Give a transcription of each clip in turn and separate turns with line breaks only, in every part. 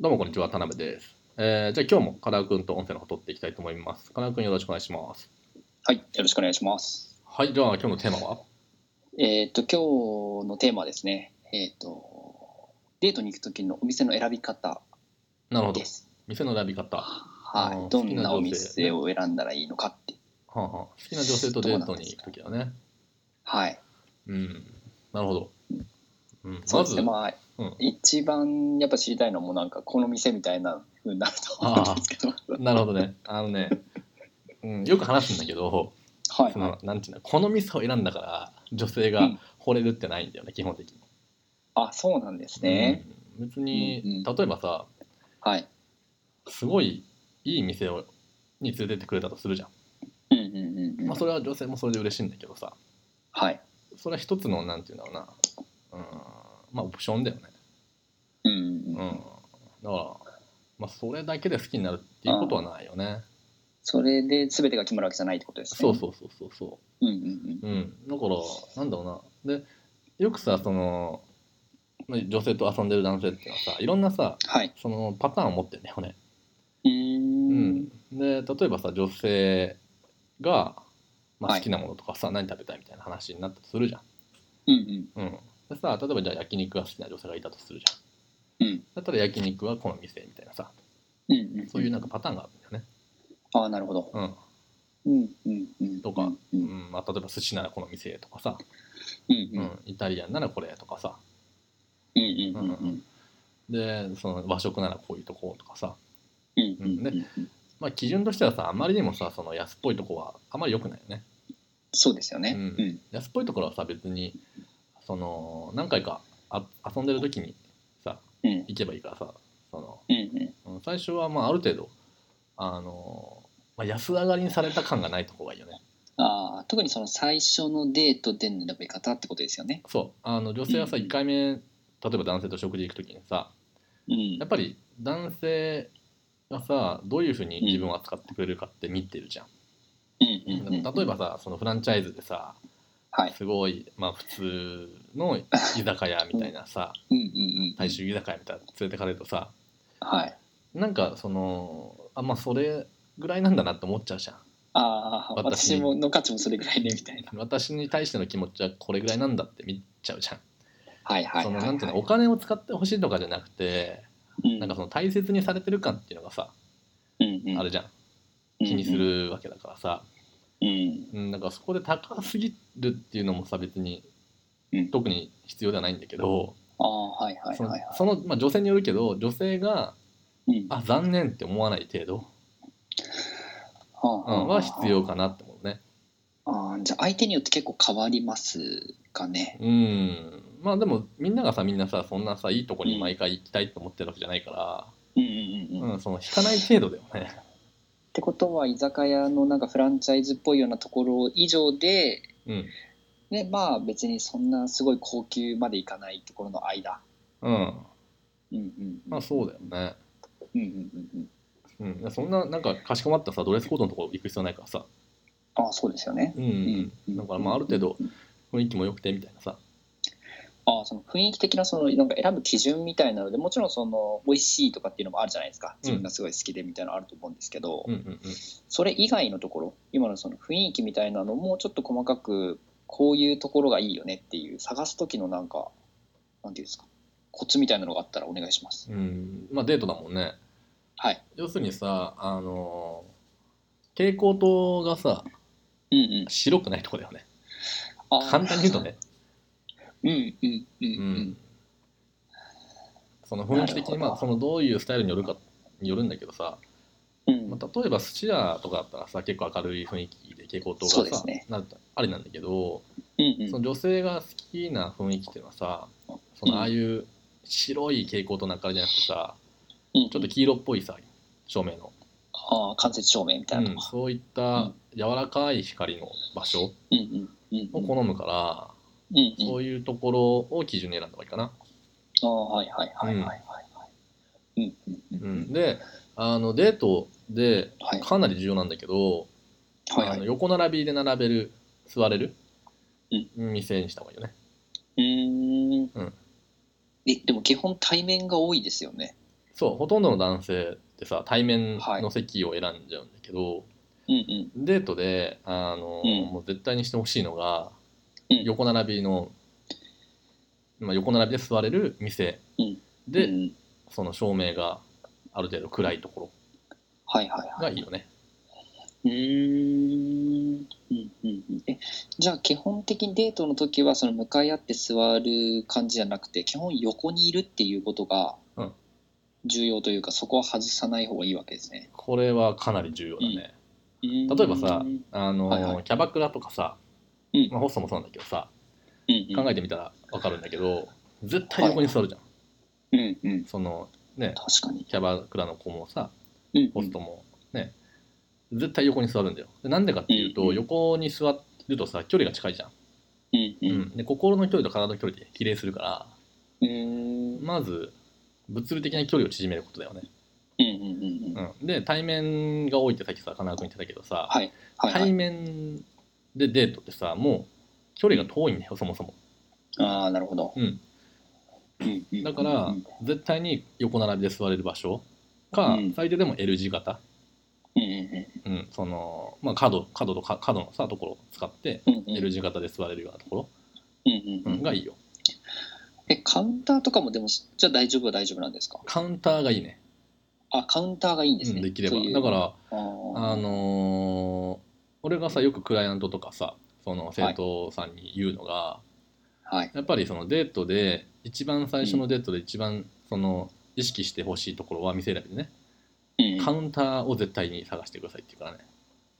どうもこんにちは、田辺です。えーじゃあ今日もカラー君と音声の方取っていきたいと思います。カラー君よろしくお願いします。
はい、よろしくお願いします。
はい、じゃあ今日のテーマは
えっ、と、今日のテーマはですね、えっ、と、デートに行く時のお店の選び方
なるほど
で。す。
店の選び方。はあ
は
ー
い、ど
好き
ん
な
なお
女性ね
店を選んだらいいのかって。
あはあ好きな女性とデートに行くときだね。
はい、
うん。なるほど。うん、
そう
ま
です
ず、
ね。まあ、
うん
一番やっぱ知りたいのもなんかこの店みたいな風になると思うんですけど、
なるほどね。あのね、うん、よく話すんだけど、
はい
そ、のなんていうの、この店を選んだから女性
う
が
ん
惚れるってないんだよね、基本的に。
あ、そうなんですね。
うん別に、
うんう
例えばさ、
はい、
すごいいい店をに連れてってくれたとするじゃん、
うんうんうんうん、
まあ、それは女性もそれで嬉しいんだけどさ
はい、
それは一つのなんていうんだろうなうんまあオプションだよね
うんう
うん
うん
んだからまあそれだけで好きになるっていうことはないよね
それで全てが決まるわけじゃないってことですね。
そうそうそうそうそ
うんうん
ううんだからなんだろうなでよくさそのまあ女性と遊んでる男性っていうのはさいろんなさ
うん、はい、
そのパターンを持ってんだよね
うーん
うん、で例えばさ女性が、まあ、
はい
好きなものとかさ、何食べたいみたいな話になったとするじゃん。
うんうん
うん、でさ例えばじゃあ焼肉が好きな女性がいたとするじゃん。
うん
だったら焼肉はこの店みたいなさ
うんうん、
そういうなんかパターンがあるんだよね。
ああなるほど。
うん
うんうんうん
とか、
う
うんんまあ、例えば寿司ならこの店とかさ、
うん
う
うん
ん、イタリアンならこれとかさ
うんうんうん
でその和食ならこういうとことかさ、
うんうんうん
まあ、基準としてはさあまりにもさその安っぽいとこはあまり良くないよね。
そうですよね。
う
うんん
安っぽいところはさ別にその何回かあ遊んでる時にさ
うん
行けばいいからさその
うんうん
うん最初はまあある程度あの、まあ、安上がりにされた感がないとこがいいよね
ああ特にその最初のデートでの選び方ってことですよね。
そうあの女性はさ
うん
1回目例えば男性と食事行く時にさ
うん
やっぱり男性がさどういうふうに自分を扱ってくれるかって見てるじゃん、
うんうんうん
例えばさそのフランチャイズでさ
はい。
すごい、まあ、普通の居酒屋みたいなさ
うんうんうん
大衆居酒屋みたいなの連れてかれるとさ
はい。
なんかそのあまあそれぐらいなんだなって思っちゃうじゃん
ああ
私
私もの価値もそれぐらいねみたいな。
私に対しての気持ちはこれぐらいなんだって見ちゃうじゃん、
はいはい
そ
はい
の
はい。
なんていうのお金を使ってほしいとかじゃなくて、
うん
なんかその大切にされてる感っていうのがさ、
うんうん
あるじゃん気にするわけだからさ、
うん
うん、なんかそこで高すぎるっていうのもさ別に
うん
特に必要ではないんだけど、
ああはいはい
その
はいはい。
その、まあ、女性によるけど女性が
うん
あ残念って思わない程度、う
は
ん、は必要かなって思うね。
ああじゃあ相手によって結構変わりますかね。
うんまあでもみんながさみんなさそんなさいいとこに毎回行きたいと思ってるわけじゃないから、
うんうんうん
う
うん
ん。その引かない程度だよね。
ってことは居酒屋のなんかフランチャイズっぽいようなところ以上で、
うん
ね、まあ別にそんなすごい高級までいかないところの間。
うん、
うんうんうん
まあそうだよね。
うんうんうんうん
うん、そんななんかかしこまったさドレスコードのところ行く必要ないからさ、
ああそうですよね。
う
うんうん
だからまあある程度。雰囲気も良くてみたいなさ、
ああその雰囲気的なそのなんか選ぶ基準みたいなのでもちろんその美味しいとかっていうのもあるじゃないですか自分がすごい好きでみたいなのあると思うんですけど、
うんうん
それ以外のところ今のその雰囲気みたいなのもちょっと細かくこういうところがいいよねっていう探す時のなんかなんていうんですかコツみたいなのがあったらお願いします。
うん、うん、まあデートだもんね。
はい。
要するにさあの蛍光灯がさ
うんうん。
白くないとこだよね。
あー
簡単に言うと。ね。
うんうん
う
う
んんその雰囲気的に
なるほど
まあそのどういうスタイルによるかによるんだけどさ、
うん。うん
まあ、例えば寿司屋とかだったらさ結構明るい雰囲気で蛍光灯
そう
が
で
さ、
すね
なるとありなんだけど、
うんうん
その女性が好きな雰囲気っていうのはさそのああいう白い蛍光灯なんかじゃなくてさ
うん
ちょっと黄色っぽいさ照明の、
ああ間接照明みた
う
いなの
ん
が。
そういった柔らかい光の場所
うんうんうんう
を
ん。
好むから、
うんうん
そういうところを基準に選んだ方がいいかな。
ああはいはいはいはいはいはい。うん
う、
うんうんん。
であのデートで
はい
かなり重要なんだけど、
はいは
あの
い。
横並びで並べる座れる、
うん
店にした方がいいよね。
うーん
うん。
えでも基本対面が多いですよね。
そうほとんどの男性ってさ対面
はい
の席を選んじゃうんだけど、
うんうん。
デートであの、
うん
もう絶対にしてほしいのが、
うん
横並びの、まあ、横並びで座れる店
うん
で、
うんうん
その照明がある程度暗いとこ
はいはい
ろ
は
が
い。
いいよね。
うーん。うんうんうん。え、じゃあ基本的にデートの時は、その向かい合って座る感じじゃなくて、基本横にいるっていうことが
うん
重要というか、そこは外さない方がいいわけですね。
これはかなり重要だね。
例
例えばさあの、
はいはい
キャバクラとかさ、
うん
まあ、ホストもそうなんだけどさ、考
考
えてみたら分かるんだけど絶対横に座るじゃん。
えうんうん。
そのね
確かに。
キャバクラの子もさ
うん
ホストもね、絶対横に座るんだよ。でなんでかっていうと、
うんうん
横に座るとさ距離が近いじゃん。
うんう。
うんん、で心の距離と体の距離で比例するから
うん。
まず物理的な距離を縮めることだよね。
うんうんうんうん。
うん、で対面が多いってさっきさ金沢君言ってたけどさ、
はいはいは
対
い。
面でデートってさもう距離が遠いんだよそもそも。
ああ、なるほど。
うん、
うんうん
だから、
うん
絶対に横並びで座れる場所か、
うん
最低でも L 字型、
うんうん
うんそのまあ、角角とか角のさところを使って
うんうん
L 字型で座れるようなとこ
うんう
ろ、う
んうんん
がいいよ
え、カウンターとかもでも、じゃあ大丈夫は大丈夫なんですか
カウンターがいいね
あ、カウンターがいいんで
う
す
ん
ね。
できれば
そういう
だから
あ
あ
ー
のー俺がさよくクライアントとかさその生徒さんに言うのが、
はい。
やっぱりそのデートで一番最初のデートで一番その意識してほしいところは店選びでね、
うん
カウンターを絶対に探してくださいっていうからね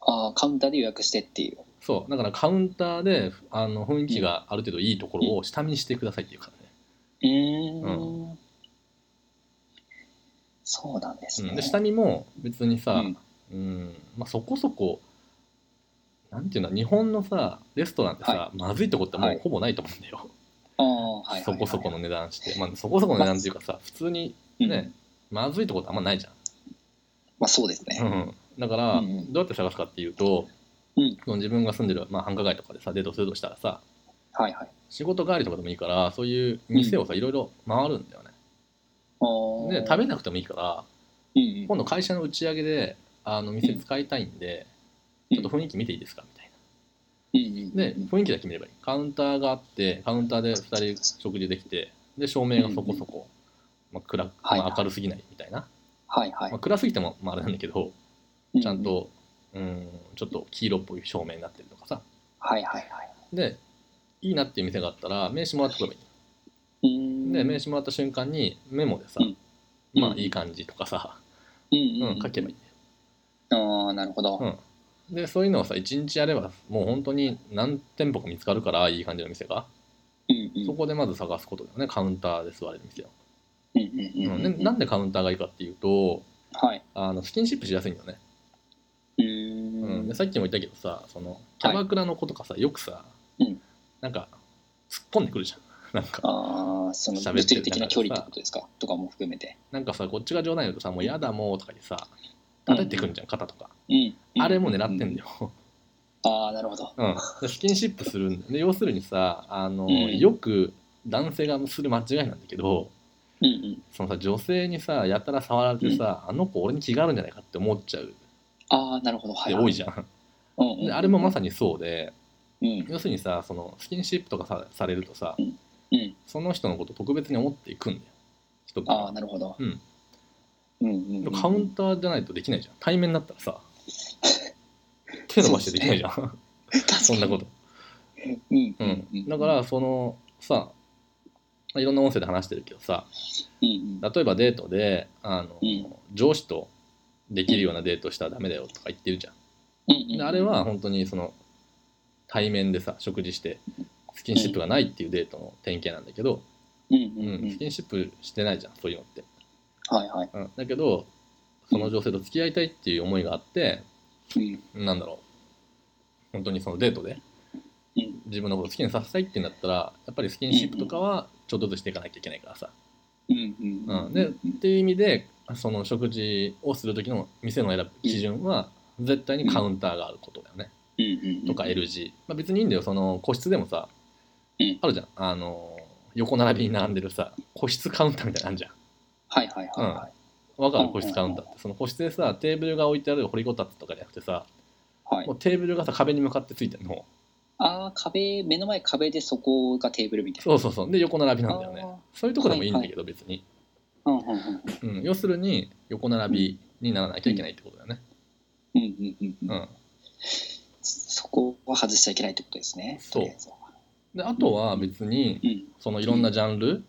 あーカウンターで予約してっていう。
そうだからカウンターであの雰囲気がある程度いいところを下見にしてくださいっていうからね、
うーん。そうなんです
うん
ね。
で下見も別に
う
さ、
ん
うんまあ、そこそこなんていうの日本のさレストランってさ、
は
まずいとこっても
は
う
い
ほぼないと思うんだよ、
あーはいはいはい
そこそこの値段して、まあ、そこそこの値段っていうかさ普通に
うん
ねまずいとこってあんまないじゃん
まあそうですね。
うん、だから、
うんうん
どうやって探すかっていうと、
うん
その自分が住んでる、まあ、繁華街とかでさデートするとしたらさ
はいはい。
仕事帰りとかでもいいからそういう店をさ、いろいろ回るんだよね
あー
で食べなくてもいいから
うんうん
今度会社の打ち上げであの店使いたいんで、
うん
ちょっと雰囲気見ていいですかみたい
うんうん
なで雰囲気だけ決めればいいカウンターがあってカウンターで2人食事できてで照明がそこそこ、まあ、暗く、
はい
まあ、明るすぎないみたいな、
はいはい
まあ、。暗すぎても、まあ、あれなんだけど
う
ちゃん。と、うん、ちょっと黄色っぽい照明になってるとかさ
はいはいはい。
でいいなっていう店があったら名刺もらってくればいい、
うーん
で名刺もらった瞬間にメモでさ、
うん
まあ
うん
いい感じとかさ、
うん
う
うんんうん
書けばいい、
ああ、なるほど。
うん、でそういうのをさ一日やればもう本当に何店舗か見つかるからいい感じの店が、
うんうん
そこでまず探すことだよねカウンターで座れる店を、
うんうんうん
う
う
んんでなんでカウンターがいいかっていうと
はい。
あのスキンシップしやすいんだよね、
う
うん
ん
でさっきも言ったけどさそのキャバクラの子とかさよくさ、
うん
なんか突っ込んでくるじゃんなんか
ああ、その
喋
物
ってる
理的な距離ってことですかとかも含めて。
なんかさこっちが冗談言うとさ「もうやだもう」とかにさ叩いてくんじゃん肩とか、
うん。
あれも狙ってんだ
だ
よ、
ああ、なるほど。
うん、でスキンシップするんだよで要するにさあの、
うん
よく男性がする間違いなんだけど
うんうん。
そのさ女性にさやたら触られてさ、あの子俺に気があるんじゃないかって思っちゃう
ああ、なるほど。は
で
い。
多いじゃん、
うんうんうん
であれもまさにそうで
うん
要するにさそのスキンシップとかさされるとさ
うん。
その人のこと特別に思っていくんだよ人って
ああ、なるほど。
うん
うんうんうん。。
カウンターじゃないとできないじゃん対面だったらさ手伸ばしてできないじゃん そんなことと
うん
う
うんんうん。
だか、らそのさまあいろんな音声で話してるけどさ
うんうん。
例えばデートであの、
うん
上司とできるようなデートしたらダメだよとか言ってるじゃん、
うんうん
であれは、本当にその対面でさ食事してスキンシップがないっていうデートの典型なんだけど、
うん
う
うん
ん
う
ス
ん。
キンシップしてないじゃんそういうのって、
はいはい。
うん、だけどその女性と付き合いたいっていう思いがあって
うん
なんだろう本当にそのデートで
うん
自分のこと好きにさせたいってなったらやっぱりスキンシップとかはちょっとずつしていかなきゃいけないからさ、
うんうんうん
うん、でっていう意味でその食事をする時の店の選ぶ基準は絶対にカウンターがあることだよね、
うんうん。
とか L 字、まあ、別にいいんだよその個室でもさ、
うん
あるじゃんあの横並びに並んでるさ個室カウンターみたいなのあるじゃん
はいはいはいはい。
分かる個室カウンターってその個室でさテーブルが置いてある掘りごたつとかじゃなくてさ
はい
も。うテーブルがさ壁に向かってついてるの
ああ、壁、目の前壁でそこがテーブルみたいな。
そうそうそうで横並びなんだよね
あー
そういうとこでもいいんだけど別に、
うんうんうん
うん、要するに横並びにならなきゃいけないってことだよね
うんうんうんうん
うん、
そこは外しちゃいけないってことですね。
そう
とりあえずは
であとは別に
うん
そのいろんなジャンル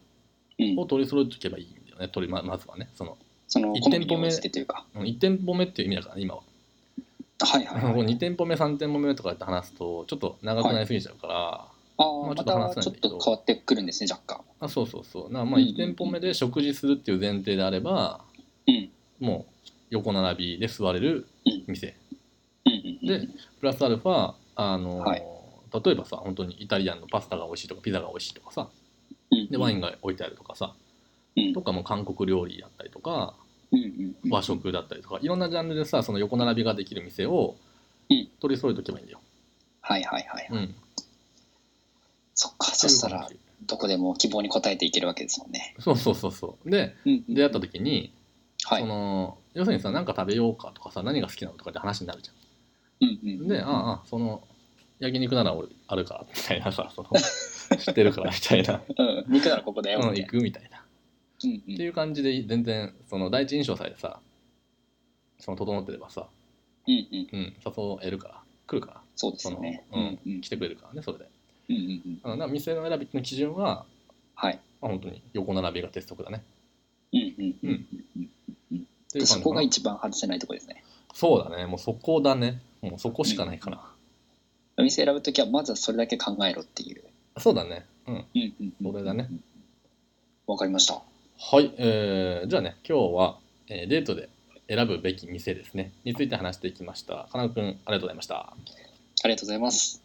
うん
を取り揃えておけばいいんだよね取りままずはねその
その
一
好み
店舗
に
目
応じてというか。
1店舗目っていう意味だからね今は
は いはい、はい。
2店舗目3店舗目とかって話すとちょっと長くなりすぎちゃうから、
あ
ま
あ、
あちょ
ま
っと話せ
た
ない
ち
ん
ょっ
だけど
と変わってくるんですね、若干。
あそうそうそうなま
う
あ
んうんうん
1店舗目で食事するっていう前提であれば、
うん
もう横並びで座れる店、
うんうんうん、
でプラスアルファあの、
はい
例えばさ本当にイタリアンのパスタが美味しいとかピザが美味しいとかさ
うん
でワイン
が、
が置いてあるとかさ、
うん
とかもう韓国料理だったりとか
うんうんうん、
和食だったりとかいろんなジャンルでさその横並びができる店を
うん
取り揃えておけばいいんだよ。
はいはいはい。
うん、
そっか、そしたら
という
どこでも希望に応えていけるわけですもんね。
話そうそうそうそうで
うんうん
出会った時に、
はい。
その要するにさ何か食べようかとかさ何が好きなのとかって話になるじゃん。
うんうん、
で、ああ、あその、焼肉なら俺あるから、みたいなさ、その、知ってるから、みたい な、
うん、肉ならここだよ
う
みたい
ん、
な
行くみたいな。
うんう
ってい
ん
う感じで、全然、その、第一印象さえさ、その、整ってればさ、
うんう
う
ん、
ん、誘えるから、来るから、
そうです
そ
よ
の、
ね。
う
うんうん
ん、来てくれるからね、それで。
うんうんうん、
うん、だから店の選びの基準は、
はい。
まあ、本当に横並びが鉄則だね。
うんうんうん
うん
うんうん
っていう
で
感
そ
じ
こ
か
が
な。
一番外せないとこですね。
そうだね、もうそこだね。もうそこしかないかな。
お店選ぶときはまずはそれだけ考えろっていう。
そうだね。うん。
うんうんうん
それだね。
わかりました。
はい、えーじゃあね今日は、えーデートで選ぶべき店ですねについて話していきましたかなくんありがとうございました
ありがとうございます。